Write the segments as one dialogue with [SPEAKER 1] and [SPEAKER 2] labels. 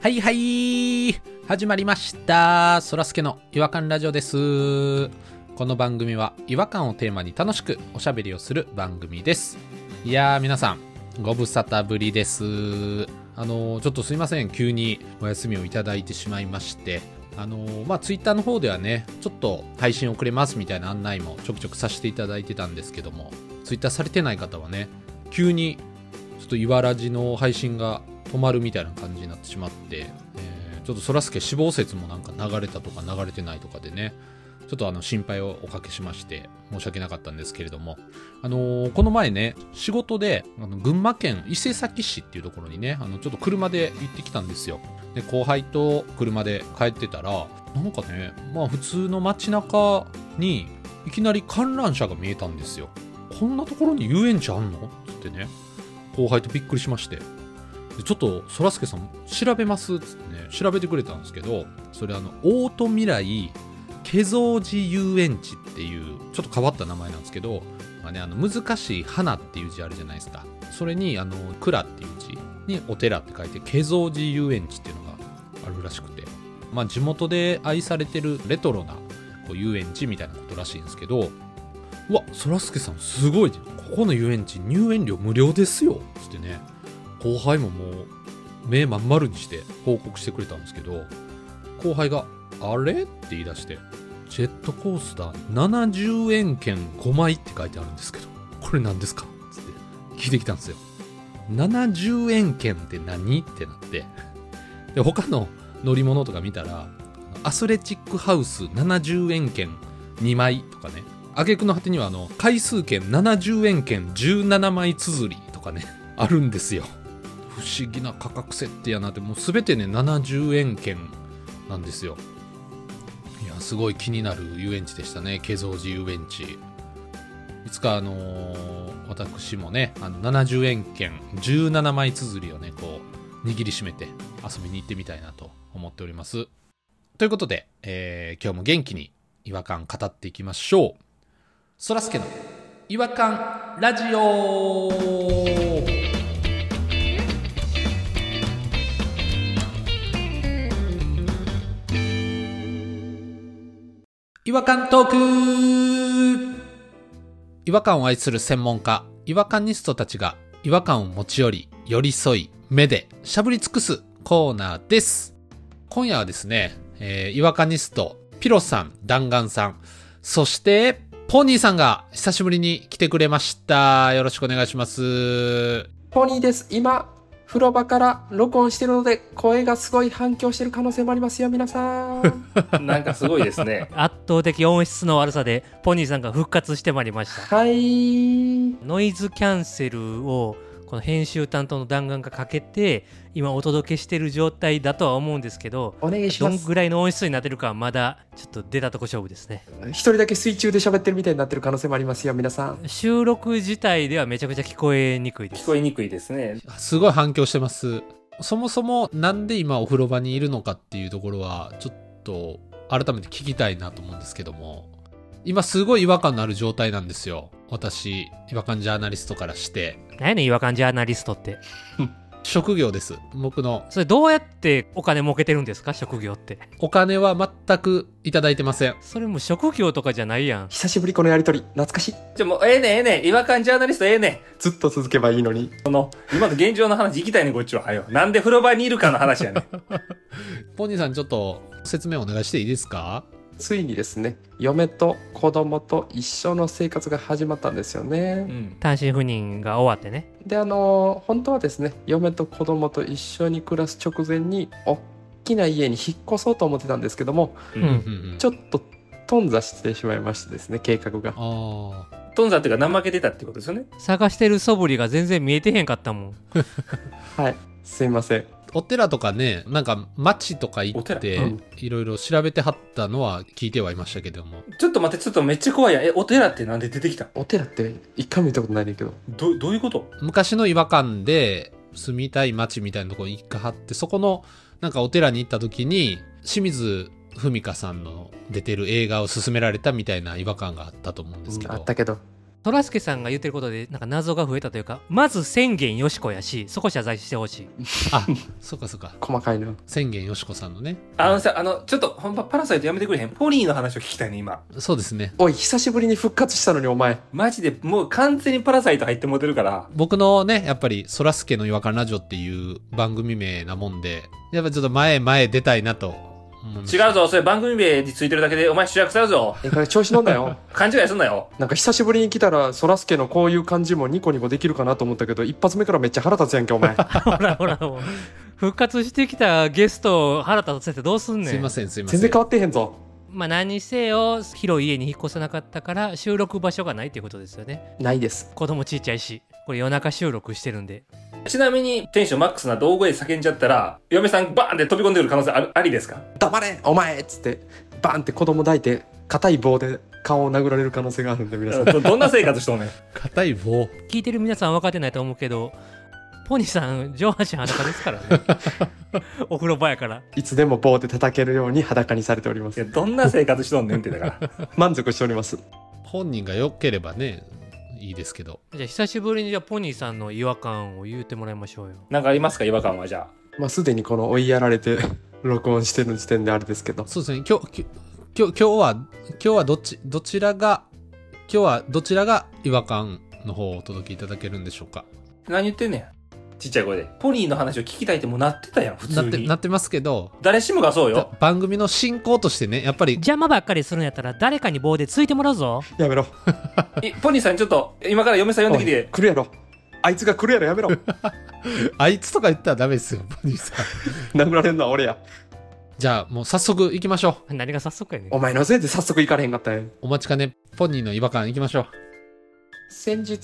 [SPEAKER 1] はいはい始まりましたそらすけの違和感ラジオですこの番組は違和感をテーマに楽しくおしゃべりをする番組ですいやー皆さんご無沙汰ぶりですあのーちょっとすいません急にお休みをいただいてしまいましてあのーまあツイッターの方ではねちょっと配信遅れますみたいな案内もちょくちょくさせていただいてたんですけどもツイッターされてない方はね急にちょっといわらじの配信が止まるみたいな感じになってしまって、えーちょっとそらすけ死亡説もなんか流れたとか流れてないとかでね、ちょっとあの心配をおかけしまして、申し訳なかったんですけれども、あのーこの前ね、仕事で、あの群馬県伊勢崎市っていうところにね、あのちょっと車で行ってきたんですよ。で、後輩と車で帰ってたら、なんかね、まあ普通の街中に、いきなり観覧車が見えたんですよ。こんなところに遊園地あんのつってね、後輩とびっくりしまして。でちょっとそらすけさん調べますっつってね調べてくれたんですけどそれあのオート未来化造寺遊園地っていうちょっと変わった名前なんですけど、まあね、あの難しい花っていう字あるじゃないですかそれにあの蔵っていう字にお寺って書いて化造寺遊園地っていうのがあるらしくて、まあ、地元で愛されてるレトロなこう遊園地みたいなことらしいんですけどうわそらすけさんすごいここの遊園地入園料無料ですよっつってね後輩ももう目まん丸にして報告してくれたんですけど後輩が「あれ?」って言い出して「ジェットコースター70円券5枚」って書いてあるんですけどこれ何ですかつって聞いてきたんですよ70円券って何ってなってで他の乗り物とか見たらアスレチックハウス70円券2枚とかね挙句の果てにはあの回数券70円券17枚綴りとかね あるんですよ不思議な価格設定やなってもう全てね70円券なんですよいやすごい気になる遊園地でしたね慶蔵寺遊園地いつかあのー私もねあの70円券17枚綴りをねこう握りしめて遊びに行ってみたいなと思っておりますということで、えー今日も元気に違和感語っていきましょうそらすけの違和感ラジオ違和感トーク違和感を愛する専門家違和感ニストたちが違和感を持ち寄り寄り添い目でしゃぶり尽くすコーナーです今夜はですね、えー、違和感ニストピロさん弾丸さんそしてポニーさんが久しぶりに来てくれましたよろしくお願いします
[SPEAKER 2] ポニーです。今、風呂場から録音してるので、声がすごい反響してる可能性もありますよ、皆さ ん。
[SPEAKER 3] なんかすごいですね。
[SPEAKER 4] 圧倒的音質の悪さでポニーさんが復活してまいりました
[SPEAKER 2] はい。
[SPEAKER 4] ノイズキャンセルをこの編集担当の弾丸がかけて今お届けしてる状態だとは思うんですけど
[SPEAKER 2] お願いし
[SPEAKER 4] ど
[SPEAKER 2] ま
[SPEAKER 4] ん
[SPEAKER 2] す。
[SPEAKER 4] ぐらいの音質になってるかはまだちょっと出たとこ勝負ですね
[SPEAKER 2] 一人だけ水中で喋ってるみたいになってる可能性もありますよ、皆さん。
[SPEAKER 4] 収録自体ではめちゃくちゃ聞こえにくいで
[SPEAKER 3] 聞
[SPEAKER 4] す
[SPEAKER 3] こえにくいですね。
[SPEAKER 1] すごい反響してます。そもそもなんで今お風呂場にいるのかっていうところは、ちょっと改めて聞きたいなと思うんですけども、今すごい違和感のある状態なんですよ。私、違和感ジャーナリストからして。
[SPEAKER 4] 何やねん違和感ジャーナリストって
[SPEAKER 1] 職業です。僕の
[SPEAKER 4] それどうやってお金儲けてるんですか職業って
[SPEAKER 1] お金は全くいただいてません。
[SPEAKER 4] それもう職業とかじゃないやん
[SPEAKER 2] 久しぶりこのやりとり、懐かしい。
[SPEAKER 3] じゃもう、ええねんええねん違和感ジャーナリストええね
[SPEAKER 2] ずっと続けばいいのに。
[SPEAKER 3] ん今の現状の話行きたいねんこっちは。はよ。なんで風呂場にいるかの話やねん
[SPEAKER 1] ポニーさんちょっと説明お願いしていいですか
[SPEAKER 2] ついにですね、嫁と子供と一緒の生活が始まったんですよ
[SPEAKER 3] う
[SPEAKER 2] ね。
[SPEAKER 3] ん。
[SPEAKER 4] 単身赴任が終わってね
[SPEAKER 2] で、あのー本当はですね、嫁と子供と一緒に暮らす直前に、おっきな家に引っ越そうと思ってたんですけども、
[SPEAKER 3] う
[SPEAKER 4] うん
[SPEAKER 3] ん。
[SPEAKER 1] うんうん
[SPEAKER 2] ち。ょっと頓挫してしまいましてですね、計画が。
[SPEAKER 1] ああ。
[SPEAKER 3] トンザっていうか怠けてたってことですよね。
[SPEAKER 4] 探してる素振りが全然見えてへんかったもん
[SPEAKER 2] はい、すいません。
[SPEAKER 1] お寺とかね、なんか町とか行って
[SPEAKER 2] お寺うん、
[SPEAKER 1] いろいろ調べてはったのは聞いてはいましたけども。
[SPEAKER 3] ちょっと待って、ちょっとめっちゃ怖いやん。え、お寺ってなんで出てきたん
[SPEAKER 2] お寺って一回も行ったことないねんけど。
[SPEAKER 3] ど、どういうこと
[SPEAKER 1] 昔の違和感で住みたい街みたいなところに一回張ってそこのなんかお寺に行った時に清水文香さんの出てる映画を勧められたみたいな違和感があったと思うんですけど
[SPEAKER 2] あったけど、
[SPEAKER 4] トラスケさんが言ってることでなんか謎が増えたというかまず宣言よしこやしそこ謝罪してほしい
[SPEAKER 1] あそうかそうか
[SPEAKER 2] 細かいな
[SPEAKER 1] 宣言よしこさんのね
[SPEAKER 3] あのさ、あの、ちょっと、ほんま、パラサイトやめてくれへん。ポニーの話を聞きたいね、今。
[SPEAKER 1] そうですね
[SPEAKER 2] おい久しぶりに復活したのにお前
[SPEAKER 3] マジで、もう完全にパラサイト入ってもてるから。
[SPEAKER 1] 僕のねやっぱり「そらすけの違和感ラジオ」っていう番組名なもんでやっぱちょっと前へ前へ出たいなと思いました
[SPEAKER 3] 違うぞ、それ番組名についてるだけで、お前主役さるぞ。
[SPEAKER 2] えこれ調子乗んなよ
[SPEAKER 3] 勘違いすんなよ。
[SPEAKER 2] なんか久しぶりに来たらそらすけのこういう感じもニコニコできるかなと思ったけど一発目からめっちゃ腹立つやんけお前
[SPEAKER 4] ほらほらもう復活してきたゲストを腹立たせてどうすんねん
[SPEAKER 1] すいませんすいません
[SPEAKER 2] 全然変わってへんぞ
[SPEAKER 4] まあ何にせよ広い家に引っ越さなかったから収録場所がないっていうことですよね
[SPEAKER 2] ないです
[SPEAKER 4] 子供ちっちゃいしこれ夜中収録してるんで
[SPEAKER 3] ちなみに、テンションマックスな道具で叫んじゃったら、嫁さんバーンって飛び込んでくる可能性あるありですか
[SPEAKER 2] 黙れお前っつってバーンって子供抱いて硬い棒で顔を殴られる可能性があるんで皆さん
[SPEAKER 3] どどんな生活しとんねん。
[SPEAKER 1] 硬い棒
[SPEAKER 4] 聞いてる皆さん分かってないと思うけどポニーさん上半身裸ですから ねお風呂場やから
[SPEAKER 2] いつでも棒で叩けるように裸にされておりま
[SPEAKER 3] い
[SPEAKER 2] す
[SPEAKER 3] や、どんな生活しとんねんってだ から。
[SPEAKER 2] 満足しております
[SPEAKER 1] 本人が良ければねいいですけど
[SPEAKER 4] じゃあ久しぶりにじゃあポニーさんの違和感を言うてもらいましょうよ
[SPEAKER 3] なんかありますか違和感はじゃ
[SPEAKER 2] まあすでにこの追いやられて 録音してる時点であれですけど
[SPEAKER 1] そうですね今日き今日今日は今日はどっちどちらが今日はどちらが違和感の方をお届けいただけるんでしょうか
[SPEAKER 3] あ。何言ってんねん。ちっちゃい声で。ポニーの話を聞きたいってもうなってたやん、普
[SPEAKER 1] な
[SPEAKER 3] 通
[SPEAKER 1] って
[SPEAKER 3] に。
[SPEAKER 1] なってますけど
[SPEAKER 3] 誰しもがそう
[SPEAKER 1] だ
[SPEAKER 3] よ。
[SPEAKER 1] 番組の進行としてねやっぱり
[SPEAKER 4] 邪魔ばっかりするんやったら誰かに棒でついてもらうぞ
[SPEAKER 2] やめろ
[SPEAKER 3] えポニーさんちょっと、今から嫁さん呼んで
[SPEAKER 2] お
[SPEAKER 3] き
[SPEAKER 2] い
[SPEAKER 3] て。
[SPEAKER 2] 来るやろあいつが来るやろや めろ
[SPEAKER 1] あいつとか言ったらダメですよポニーさん
[SPEAKER 2] 殴られるのは俺や
[SPEAKER 1] じゃあもう早速行きましょ
[SPEAKER 4] 何が早速やねん
[SPEAKER 2] お前のせいで早速行かれへんかったやん
[SPEAKER 1] うお待ちかねポニーの違和感行きましょう
[SPEAKER 2] 先日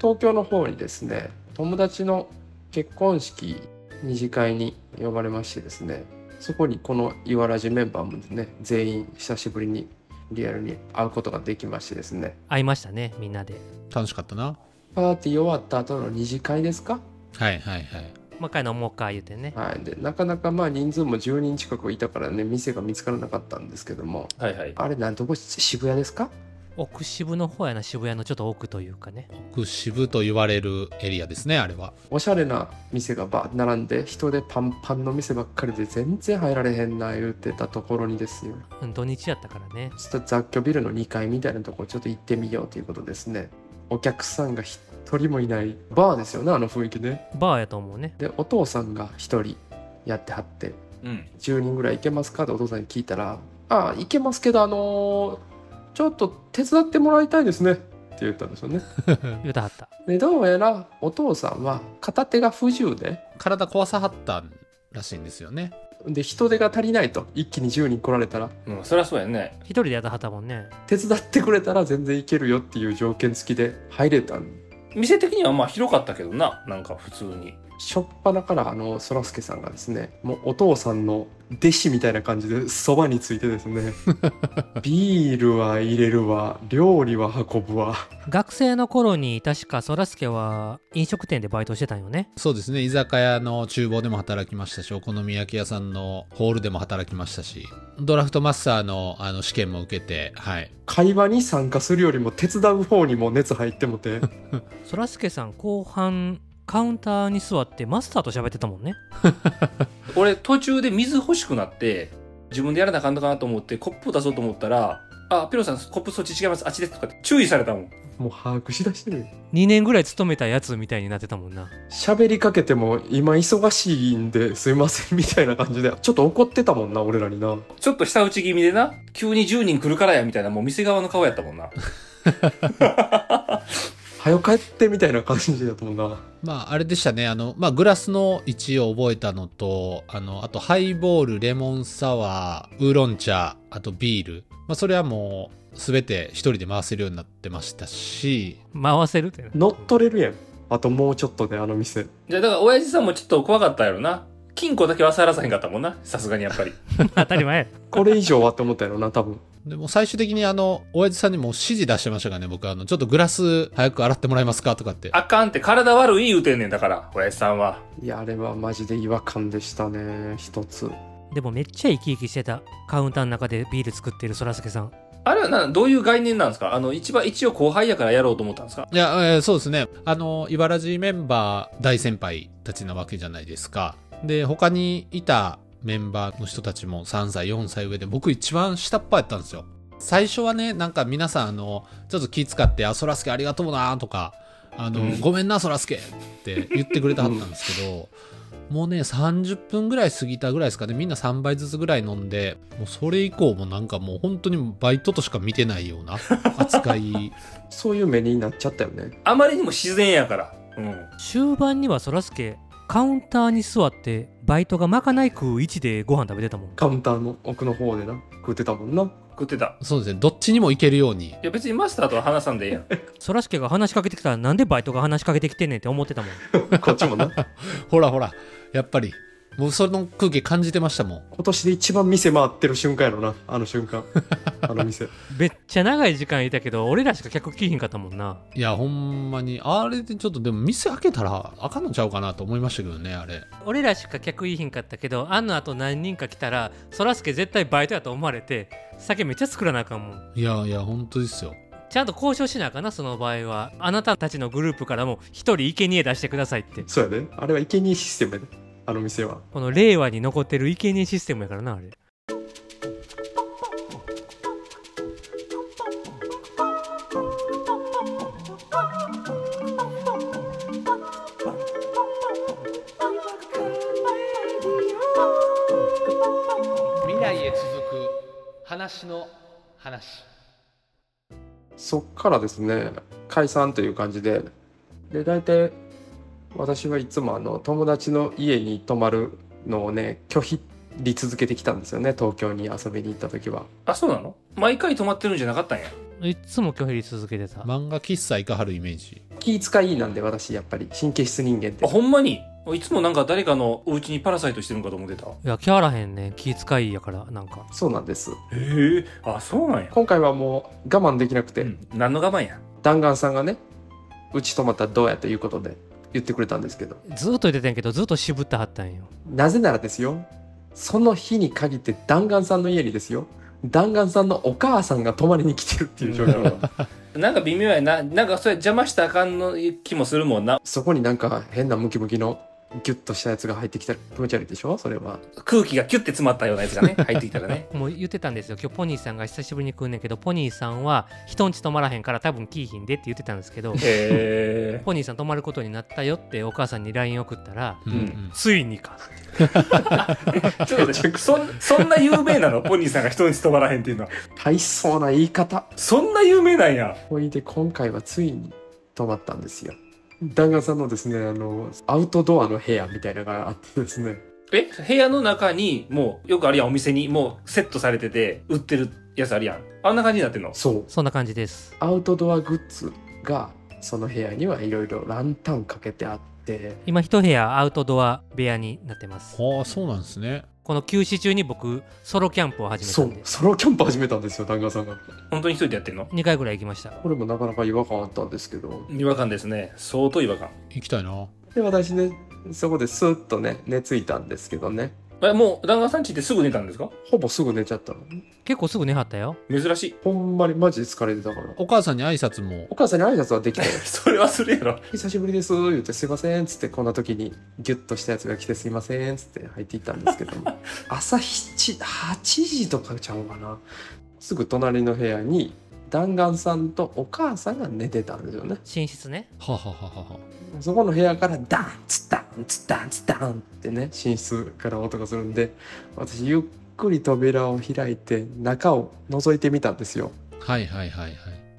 [SPEAKER 2] 東京の方にですね友達の結婚式二次会に呼ばれましてですねそこにこのいわらじメンバーもね全員久しぶりにリアルに会うことができましてですね
[SPEAKER 4] 会いましたねみんなで
[SPEAKER 1] 楽しかったな
[SPEAKER 2] パーティー終わった後の二次会ですか
[SPEAKER 1] はいはいはい
[SPEAKER 4] もう一回飲もうか言うてね
[SPEAKER 2] はい、でなかなかまあ人数も10人近くいたからね店が見つからなかったんですけども
[SPEAKER 3] はいはい。
[SPEAKER 2] あれなんどこ渋谷ですか
[SPEAKER 4] 奥渋の方やな渋谷のちょっと奥というかね
[SPEAKER 1] 奥渋と言われるエリアですねあれは
[SPEAKER 2] おしゃれな店がバーッ並んで人でパンパンの店ばっかりで全然入られへんな言うてたところにですよ
[SPEAKER 4] うん土日やったからね
[SPEAKER 2] ちょっと雑居ビルの2階みたいなところちょっと行ってみようということですねお客さんが一人もいないバーですよねあの雰囲気ね
[SPEAKER 4] バーやと思うね
[SPEAKER 2] でお父さんが一人やってはって
[SPEAKER 3] うん。
[SPEAKER 2] 10人ぐらい行けますかってお父さんに聞いたら「ああ行けますけどあのーちょっと手伝ってもらいたいですね」って言ったんですよね。
[SPEAKER 4] 言うたはった
[SPEAKER 2] でどうやらお父さんは片手が不自由で
[SPEAKER 1] 体壊さはったらしいんですよね
[SPEAKER 2] で人手が足りないと一気に10人来られたら
[SPEAKER 3] うん、そりゃそうやね。
[SPEAKER 4] 一人でやったはったもんね
[SPEAKER 2] 手伝ってくれたら全然行けるよっていう条件付きで入れたん
[SPEAKER 3] 店的にはまあ広かったけどな。なんか普通に。
[SPEAKER 2] しょっぱなからあのそらすけさんがですねもうお父さんの弟子みたいな感じでそばについてですねビールは入れるわ料理は運ぶわ
[SPEAKER 4] 学生の頃に確かそらすけは飲食店でバイトしてたんよね
[SPEAKER 1] そうですね居酒屋の厨房でも働きましたしお好み焼き屋さんのホールでも働きましたしドラフトマスターのあの試験も受けてはい
[SPEAKER 2] 会話に参加するよりも手伝う方にも熱入ってもて
[SPEAKER 4] そらすけさん後半カウンターに座ってマスターと喋ってたもんね
[SPEAKER 3] 俺途中で水欲しくなって自分でやらなあかんのかなと思ってコップを出そうと思ったら「あピロさんコップそっち違いますあっちです」とかって注意されたもん
[SPEAKER 2] もう把握しだしてるよ
[SPEAKER 4] 2年ぐらい勤めたやつみたいになってたもんな
[SPEAKER 2] 喋りかけても今忙しいんですいませんみたいな感じでちょっと怒ってたもんな俺らにな
[SPEAKER 3] ちょっと下打ち気味でな急に10人来るからやみたいなもう店側の顔やったもんな
[SPEAKER 2] 早く帰ってみたいな感じだったもんな
[SPEAKER 1] まああれでしたねあの、まあ、グラスの位置を覚えたのとあのあとハイボールレモンサワーウーロン茶あとビール、まあ、それはもう全て一人で回せるようになってましたし
[SPEAKER 4] 回せるってな
[SPEAKER 2] 乗っ取れるやんあともうちょっとであの店
[SPEAKER 3] じゃあだから親父さんもちょっと怖かったやろな金庫だけは触らさへんかったもんなさすがにやっぱり
[SPEAKER 4] 当たり前
[SPEAKER 2] これ以上はって思ったやろな多分
[SPEAKER 1] でも最終的にあの親父さんにも指示出してましたからね僕あのちょっとグラス早く洗ってもらえますかとかって
[SPEAKER 3] あかんって体悪い言うてんねんだから親父さんはい
[SPEAKER 2] やあれはマジで違和感でしたね一つ
[SPEAKER 4] でもめっちゃ生き生きしてたカウンターの中でビール作ってるそらすけさん
[SPEAKER 3] あれはなどういう概念なんですかあの一番一応後輩やからやろうと思ったんですか
[SPEAKER 1] いや、えーそうですね。あの、茨城メンバー大先輩たちなわけじゃないですか。で、他にいたメンバーの人たちも3歳、4歳上で、僕一番下っ端やったんですよ。最初はね、なんか皆さん、あの、ちょっと気使って、あ、そらすけありがとうなとか、あの、
[SPEAKER 3] うん
[SPEAKER 1] ごめんな、そらすけって言ってくれてはったんですけど、もうね、30分ぐらい過ぎたぐらいですかね、みんな3杯ずつぐらい飲んで、もうそれ以降もなんかもう本当にバイトとしか見てないような扱い
[SPEAKER 2] そういう目になっちゃったよね
[SPEAKER 3] あまりにも自然やから。うん。
[SPEAKER 4] 終盤にはそらすけカウンターに座ってバイトがまかない食う位置でご飯食べてたもん
[SPEAKER 2] カウンターの奥の方でな食ってたもんな
[SPEAKER 3] 食ってた。
[SPEAKER 1] そうですね、どっちにも行けるように。
[SPEAKER 3] いや別にマスターとは話さんでええやん。
[SPEAKER 4] そらすけが話しかけてきたらなんでバイトが話しかけてきてんねんって思ってたもん
[SPEAKER 2] こっちもな
[SPEAKER 1] ほらほら、やっぱり、もうその空気感じてましたもん。
[SPEAKER 2] 今年で一番店回ってる瞬間やろなあの瞬 間あの店
[SPEAKER 4] めっちゃ長い時間いたけど俺らしか客来ひんかったもんない
[SPEAKER 1] や、ほんまに、あれでちょっとでも店開けたらあかんのちゃうかなと思いましたけどね、あれ。
[SPEAKER 4] 俺らしか客いひんかったけどあんのあと何人か来たらそらすけ絶対バイトやと思われて酒めっちゃ作らなあかんもん
[SPEAKER 1] いやいや、本当ですよ。
[SPEAKER 4] ちゃんと交渉しなあかんなその場合はあなたたちのグループからも一人生贄出してくださいって
[SPEAKER 2] そうやねあれは生贄システムやねあの店は
[SPEAKER 4] この令和に残ってる生贄システムやからなあれ
[SPEAKER 1] 未来へ続く話の話。
[SPEAKER 2] そっからですね解散という感じでで大体私はいつもあの友達の家に泊まるのをね拒否り続けてきたんですよね東京に遊びに行った時は
[SPEAKER 3] あ、そうなの毎回泊まってるんじゃなかったんや。
[SPEAKER 4] いっつも拒否り続けてた、
[SPEAKER 1] 漫画喫茶行かはるイメージ。
[SPEAKER 2] 気遣いなんで私やっぱり神経質人間って
[SPEAKER 3] あ、ほんまにいつもなんか誰かのお家にパラサイトしてるんかと思ってた。へ
[SPEAKER 4] いやキャラへんね気遣いやからなんか
[SPEAKER 2] そうなんです
[SPEAKER 3] え。あ、そうなんや。
[SPEAKER 2] 今回はもう我慢できなくて、
[SPEAKER 3] うん。何の我慢や。
[SPEAKER 2] 弾丸さんがねうち泊まったらどうやということで言ってくれたんですけど
[SPEAKER 4] ずっと言ってたんやけどずっと渋ってはったんよ
[SPEAKER 2] なぜならですよその日に限って弾丸さんの家にですよ弾丸さんのお母さんが泊まりに来てるっていう状況 が
[SPEAKER 3] なんか微妙やな。なんかそれ邪魔したらあかんの気もするもんな。
[SPEAKER 2] そこになんか変なムキムキのギュッとしたやつが入ってきたら気持ち悪いでしょそれは
[SPEAKER 3] 空気がキュッて詰まったようなやつが ね、入ってきたらね。
[SPEAKER 4] もう言ってたんですよ今日ポニーさんが久しぶりに来んねんけどポニーさんは人んち泊まらへんから多分来いひんでって言ってたんです けど
[SPEAKER 3] へえ。
[SPEAKER 4] ポニーさん泊まることになったよってお母さんに LINE 送ったら
[SPEAKER 1] うんうん。
[SPEAKER 4] つい にか
[SPEAKER 3] ちょっと待ってそんそんな有名なのポニーさんが人に務まらへんっていうのは。
[SPEAKER 2] 大層な言い方
[SPEAKER 3] そんな有名なんや。
[SPEAKER 2] ほいで今回はついに泊まったんですよ弾丸さんのですねあのアウトドアの部屋みたいなのがあってですね
[SPEAKER 3] え部屋の中に、もう、よくあるやん、お店に、もうセットされてて、売ってるやつあるやん。あんな感じになってんの
[SPEAKER 2] そう
[SPEAKER 4] そんな感じです
[SPEAKER 2] アウトドアグッズがその部屋にはいろいろランタンかけてあって
[SPEAKER 4] 今一部屋アウトドア部屋になってます
[SPEAKER 1] ああ、そうなんですね。
[SPEAKER 4] この休止中に僕ソロキャンプを始めた
[SPEAKER 2] そ
[SPEAKER 4] ん
[SPEAKER 2] う
[SPEAKER 4] です
[SPEAKER 2] ソロキャンプ始めたんですよ弾丸さんが
[SPEAKER 3] 本当に一人でやってんの
[SPEAKER 4] 2回ぐらい行きました
[SPEAKER 2] これもなかなか違和感あったんですけど
[SPEAKER 3] 違和感ですね。相当違和感。
[SPEAKER 1] 行きたいな。
[SPEAKER 2] で私ねそこでスーッとね寝ついたんですけどね
[SPEAKER 3] え、もう、旦那さんちってすぐ寝たんですか
[SPEAKER 2] ほぼすぐ寝ちゃったの
[SPEAKER 4] 結構すぐ寝はったよ
[SPEAKER 3] 珍しい。
[SPEAKER 2] ほんまにマジで疲れてたから
[SPEAKER 1] お母さんに挨拶も
[SPEAKER 2] お、母さんに挨拶はできたよ
[SPEAKER 3] それはするやろ。
[SPEAKER 2] 久しぶりです言ってすいませんっつってこんな時にギュッとしたやつが来てすいませんっつって入っていったんですけども朝7 8時とかちゃうかなすぐ隣の部屋に弾丸さんとお母さんが寝てたんですよね
[SPEAKER 4] 寝室ね
[SPEAKER 1] ははははは。
[SPEAKER 2] そこの部屋からダンツダンツダンツダンってね寝室から音がするんで私ゆっくり扉を開いて中を覗いてみたんですよ
[SPEAKER 1] はいはいはいはい。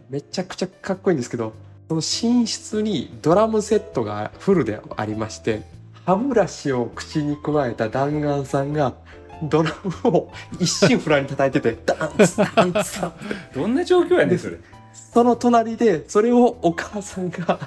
[SPEAKER 2] めちゃくちゃかっこいいんですけどその寝室にドラムセットがフルでありまして歯ブラシを口に加えた弾丸さんがドラムを一心不乱に叩い ててダンツダンツダンツ
[SPEAKER 3] どんな状況やねん、それ。
[SPEAKER 2] その隣でそれをお母さんが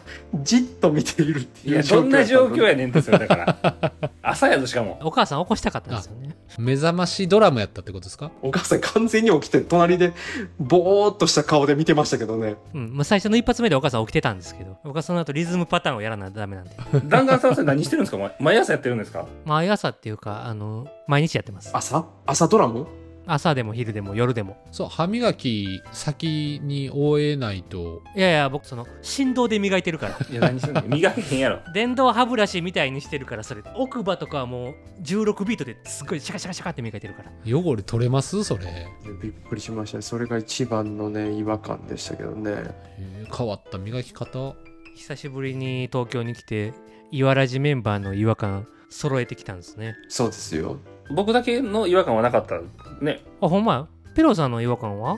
[SPEAKER 2] じっと見ているって
[SPEAKER 3] い
[SPEAKER 2] いう
[SPEAKER 3] や、どんな状況
[SPEAKER 2] や
[SPEAKER 3] やねんって、それだから。朝やぞ、しかも。
[SPEAKER 4] お母さん起こしたかったんですよね
[SPEAKER 1] 目覚ましドラムやったってことですか
[SPEAKER 2] お母さん完全に起きて隣でぼーっとした顔で見てましたけどね
[SPEAKER 4] うんまあ、最初の一発目でお母さん起きてたんですけど僕はその後リズムパターンをやらないとダメなんで
[SPEAKER 3] 弾丸さんはそれ何してるんですか毎毎朝やってるんですか
[SPEAKER 4] 毎朝っていうかあの毎日やってます
[SPEAKER 2] 朝朝ドラム
[SPEAKER 4] 朝でも昼でも夜でも
[SPEAKER 1] そう歯磨き先に終えないと
[SPEAKER 4] いやいや僕その振動で磨いてるから
[SPEAKER 3] いや、何すんの磨けへんやろ。
[SPEAKER 4] 電動歯ブラシみたいにしてるからそれ奥歯とかはもう16ビートですっごいシャカシャカシャカって磨いてるから
[SPEAKER 1] 汚れ取れますそれ、へ
[SPEAKER 2] びっくりしましたねそれが一番のね違和感でしたけどね
[SPEAKER 1] え変わった磨き方
[SPEAKER 4] 久しぶりに東京に来てイワラジメンバーの違和感揃えてきたんですね
[SPEAKER 2] そうですよ
[SPEAKER 3] 僕だけの違和感はなかった。ね。
[SPEAKER 4] あほんまやペロさんの違和感は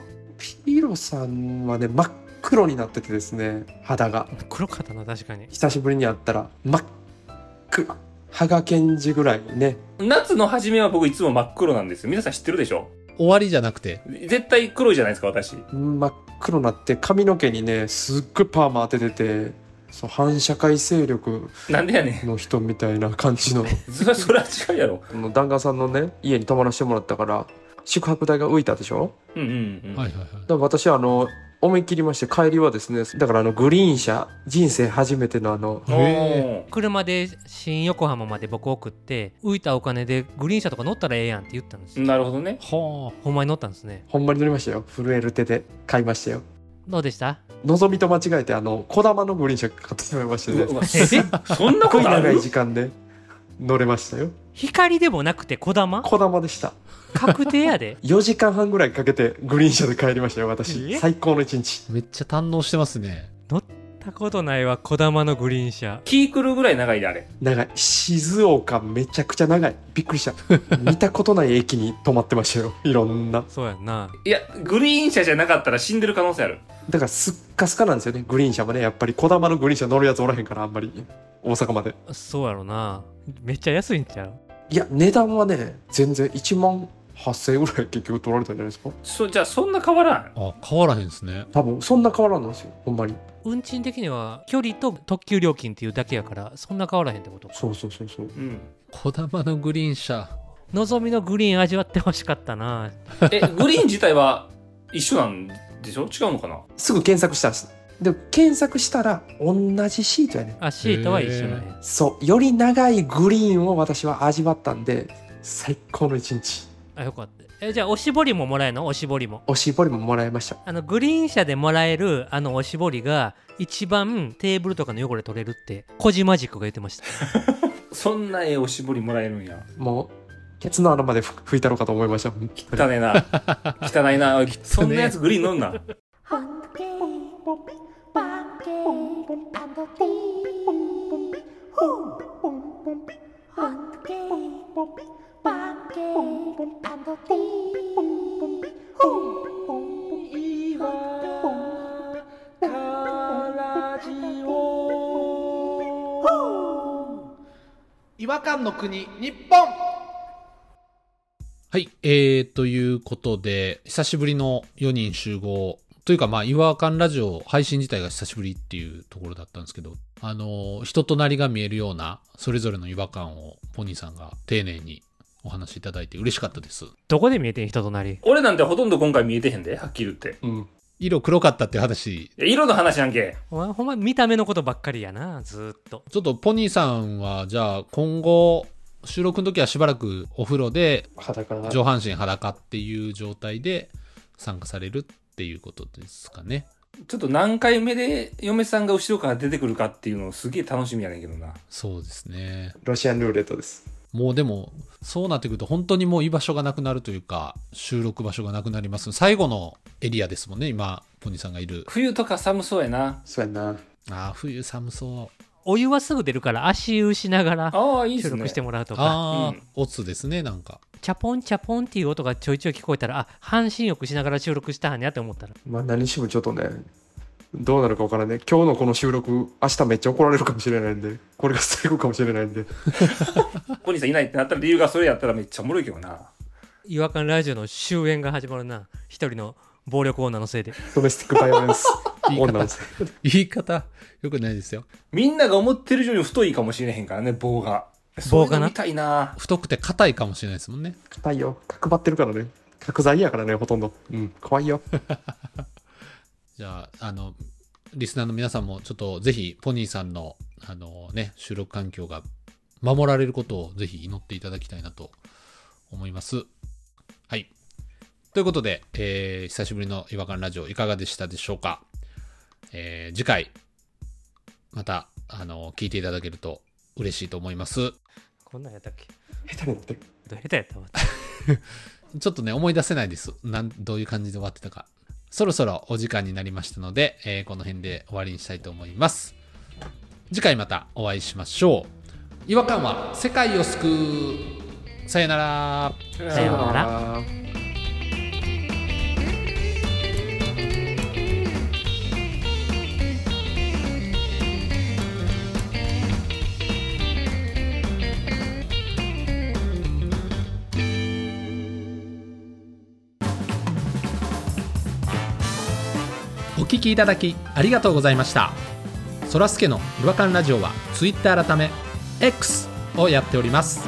[SPEAKER 2] ピロさんはね真っ黒になっててですね肌が
[SPEAKER 4] 黒かったな確かに
[SPEAKER 2] 久しぶりに会ったら真っ黒羽賀健二ぐらいね
[SPEAKER 3] 夏の初めは僕いつも真っ黒なんですよ。皆さん知ってるでしょ
[SPEAKER 1] 終わりじゃなくて
[SPEAKER 3] 絶対黒いじゃないですか、私。
[SPEAKER 2] 真っ黒になって髪の毛にねすっごいパーマ当てててそう反社会勢力
[SPEAKER 3] なんでやねん。
[SPEAKER 2] の人みたいな感じの
[SPEAKER 3] それは それは違うやろ。
[SPEAKER 2] あの旦那さんのね家に泊まらせてもらったから宿泊代が浮いたでしょ
[SPEAKER 3] うんうんうん。
[SPEAKER 1] はいはいはい
[SPEAKER 2] だから私はあの思い切りまして帰りはですねだからあのグリーン車人生初めてのあの
[SPEAKER 3] おー
[SPEAKER 4] 車で新横浜まで僕送って浮いたお金でグリーン車とか乗ったらええやんって言ったんですよ
[SPEAKER 3] なるほどね。
[SPEAKER 1] は
[SPEAKER 4] ほんまに乗ったんですね
[SPEAKER 2] ほんまに乗りましたよ震える手で買いましたよ
[SPEAKER 4] どうでした
[SPEAKER 2] のぞみと間違えてあの小玉のグリーン車買ってしまいましてね
[SPEAKER 3] う
[SPEAKER 2] すっ
[SPEAKER 3] わすそんなこ
[SPEAKER 2] ごい
[SPEAKER 3] とあ
[SPEAKER 2] 長
[SPEAKER 3] る
[SPEAKER 2] い時間で乗れましたよ
[SPEAKER 4] 光でもなくてこだま
[SPEAKER 2] 小玉でした
[SPEAKER 4] 確定やで
[SPEAKER 2] 4時間半ぐらいかけてグリーン車で帰りましたよ
[SPEAKER 4] え
[SPEAKER 2] 私最高の一日
[SPEAKER 1] あめっちゃ堪能してますね
[SPEAKER 4] 乗ったことないわこだまのグリーン車
[SPEAKER 3] キークルぐらい長いであれ。
[SPEAKER 2] 長い静岡めちゃくちゃ長いびっくりした見たことない駅に泊まってましたよいろんな
[SPEAKER 4] そうやんない
[SPEAKER 3] や、グリーン車じゃなかったら死んでる可能性ある。
[SPEAKER 2] だからすっかすかなんですよねグリーン車もねやっぱり小玉のグリーン車乗るやつおらへんからあんまり大阪まで
[SPEAKER 4] そうやろなめっちゃ安いんちゃう
[SPEAKER 2] いや値段はね全然1万8000円ぐらい結局取られたんじゃないですか
[SPEAKER 3] そ、じゃあそんな変わらん。
[SPEAKER 1] あ変わらへんですね
[SPEAKER 2] 多分そんな変わらんなんですよほんまに
[SPEAKER 4] 運賃的には距離と特急料金っていうだけやからそんな変わらへんってこと
[SPEAKER 2] そうそうそうそう
[SPEAKER 3] うん。
[SPEAKER 1] こだまのグリーン車
[SPEAKER 4] のぞみのグリーン味わってほしかったな
[SPEAKER 3] え、グリーン自体は一緒なんでしょ違うのかな
[SPEAKER 2] すぐ検索したんですでも検索したら同じシートやね
[SPEAKER 4] あシートは一緒なんや
[SPEAKER 2] そうより長いグリーンを私は味わったんで最高の一日
[SPEAKER 4] あよかったえじゃあおしぼりももらえるのおしぼりも
[SPEAKER 2] おしぼりももらいました
[SPEAKER 4] あのグリーン車でもらえるあのおしぼりが一番テーブルとかの汚れ取れるって小島ジックが言ってました
[SPEAKER 3] そんなええおしぼりもらえるんや。
[SPEAKER 2] もうケツの穴までふ拭いたろうかと思いました本当に
[SPEAKER 3] 汚いな。汚いな。そんなやつグリーン乗んな。
[SPEAKER 5] Hungry,
[SPEAKER 6] 違和感の国日本
[SPEAKER 1] はい、えー、ということで、久しぶりの4人集合、というかまあ、違和感ラジオ配信自体が久しぶりっていうところだったんですけど、あのー、人となりが見えるような、それぞれの違和感をポニーさんが丁寧にお話しいただいて嬉しかったです。
[SPEAKER 4] どこで見えてん人となり
[SPEAKER 3] 俺なんてほとんど今回見えてへんで、はっきり言って。
[SPEAKER 2] うん
[SPEAKER 1] 色黒かったっていう話、
[SPEAKER 3] いや色の話やんけ。
[SPEAKER 4] お前ほんま見た目のことばっかりやなずーっと
[SPEAKER 1] ちょっとポニーさんは、じゃあ今後、収録の時はしばらくお風呂で
[SPEAKER 2] 裸な
[SPEAKER 1] 上半身裸っていう状態で参加されるっていうことですかね。
[SPEAKER 3] ちょっと何回目で嫁さんが後ろから出てくるかっていうのをすげえ楽しみやねんけどな。
[SPEAKER 1] そうですね。
[SPEAKER 2] ロシアンルーレットです
[SPEAKER 1] もうでも、そうなってくると本当にもう居場所がなくなるというか、収録場所がなくなります。最後のエリアですもんね、今、ポニーさんがいる。
[SPEAKER 3] 冬とか寒そうやな。
[SPEAKER 2] そうやな
[SPEAKER 1] ああ、冬寒そう。
[SPEAKER 4] お湯はすぐ出るから足湯しながら
[SPEAKER 3] ああ、いいっ
[SPEAKER 4] 収
[SPEAKER 3] すね
[SPEAKER 4] 録し。てもらうとか
[SPEAKER 1] ああ、
[SPEAKER 3] うん
[SPEAKER 1] オツですね、なんか。
[SPEAKER 4] チャポンチャポンっていう音がちょいちょい聞こえたらあ半身浴しながら収録したはんやって思ったら
[SPEAKER 2] まあ何しろちょっとねどうなるかわからない今日のこの収録明日めっちゃ怒られるかもしれないんでこれが最後かもしれないんで
[SPEAKER 3] ポニーさんいないってなったら理由がそれやったらめっちゃおもろいけどな。
[SPEAKER 4] 違和感ラジオの終焉が始まるな一人の暴力女のせいで
[SPEAKER 2] ドメスティックバイオレンス
[SPEAKER 1] 言い
[SPEAKER 2] 女な
[SPEAKER 1] 方
[SPEAKER 2] んです、
[SPEAKER 1] 言い方、よくないですよ。
[SPEAKER 3] みんなが思ってる以上に太いかもしれへんからね、棒が。
[SPEAKER 4] 棒
[SPEAKER 3] そういう
[SPEAKER 4] がな
[SPEAKER 3] の見たいな。
[SPEAKER 1] 太くて硬いかもしれないですもんね。
[SPEAKER 2] 硬いよ角張ってるからね角材やからねほとんどうん怖いよ
[SPEAKER 1] じゃあ、あの、リスナーの皆さんも、ちょっとぜひ、ポニーさんの、あのね、収録環境が守られることをぜひ祈っていただきたいなと思います。はい。ということで、えー久しぶりの違和感ラジオいかがでしたでしょうか、えー次回、また、あの、聞いていただけると嬉しいと思います。
[SPEAKER 4] こんなんやったっけ
[SPEAKER 2] 下手になってる
[SPEAKER 4] どう下手やっ たわ。
[SPEAKER 1] ちょっとね、思い出せないです。なん、どういう感じで終わってたか。そろそろお時間になりましたので、えーこの辺で終わりにしたいと思います。次回またお会いしましょう。違和感は世界を救う。さよなら。
[SPEAKER 4] さようなら
[SPEAKER 2] ら
[SPEAKER 1] お聞きいただきありがとうございましたそらすけの違和感ラジオは Twitter 改め X をやっております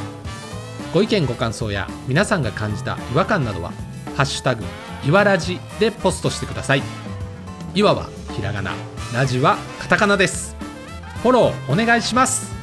[SPEAKER 1] ご意見ご感想や皆さんが感じた違和感などは「ハッシュタグいわらじ」でポストしてくださいいわはひらがなラジはカタカナですフォローお願いします